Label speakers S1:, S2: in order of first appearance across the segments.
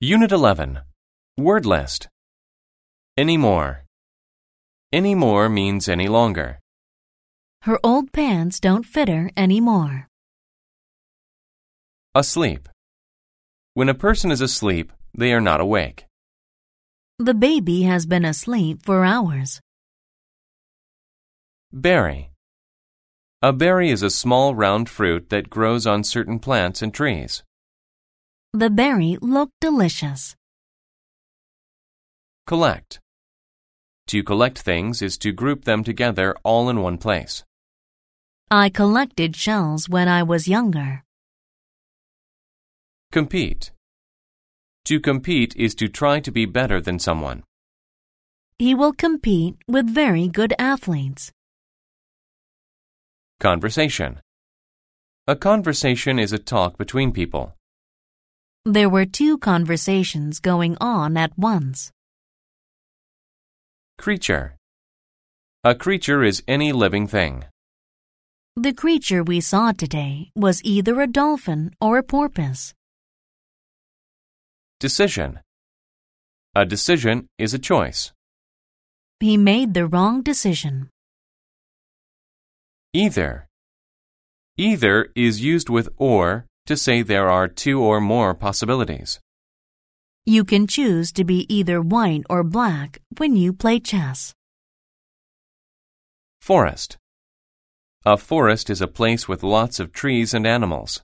S1: Unit 11. Word list. Any more. Any more means any longer.
S2: Her old pants don't fit her anymore.
S1: Asleep. When a person is asleep, they are not awake.
S2: The baby has been asleep for hours.
S1: Berry. A berry is a small round fruit that grows on certain plants and trees.
S2: The berry looked delicious.
S1: Collect. To collect things is to group them together all in one place.
S2: I collected shells when I was younger.
S1: Compete. To compete is to try to be better than someone.
S2: He will compete with very good athletes.
S1: Conversation. A conversation is a talk between people.
S2: There were two conversations going on at once.
S1: Creature. A creature is any living thing.
S2: The creature we saw today was either a dolphin or a porpoise.
S1: Decision. A decision is a choice.
S2: He made the wrong decision.
S1: Either. Either is used with or to say there are two or more possibilities.
S2: You can choose to be either white or black when you play chess.
S1: Forest. A forest is a place with lots of trees and animals.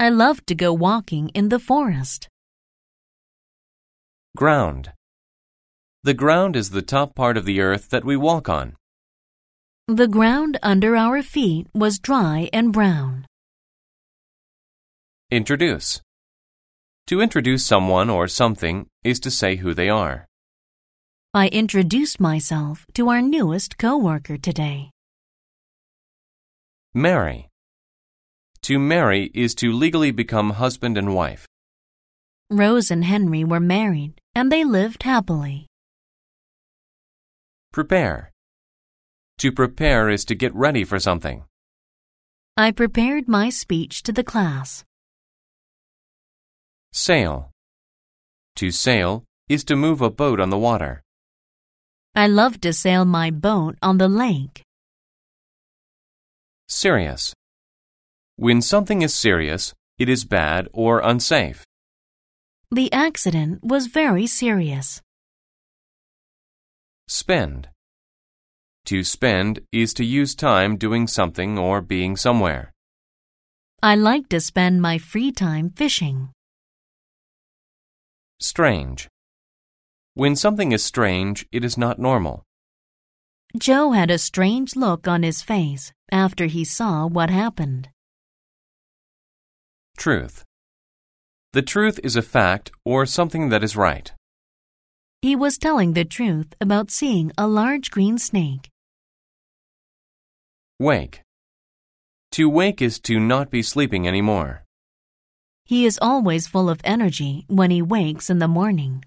S2: I love to go walking in the forest.
S1: Ground. The ground is the top part of the earth that we walk on.
S2: The ground under our feet was dry and brown.
S1: Introduce. To introduce someone or something is to say who they are.
S2: I introduced myself to our newest coworker today.
S1: Marry. To marry is to legally become husband and wife.
S2: Rose and Henry were married and they lived happily.
S1: Prepare. To prepare is to get ready for something.
S2: I prepared my speech to the class.
S1: Sail. To sail is to move a boat on the water.
S2: I love to sail my boat on the lake.
S1: Serious. When something is serious, it is bad or unsafe.
S2: The accident was very serious.
S1: Spend. To spend is to use time doing something or being somewhere.
S2: I like to spend my free time fishing.
S1: Strange. When something is strange, it is not normal.
S2: Joe had a strange look on his face after he saw what happened.
S1: Truth. The truth is a fact or something that is right.
S2: He was telling the truth about seeing a large green snake.
S1: Wake. To wake is to not be sleeping anymore.
S2: He is always full of energy when he wakes in the morning.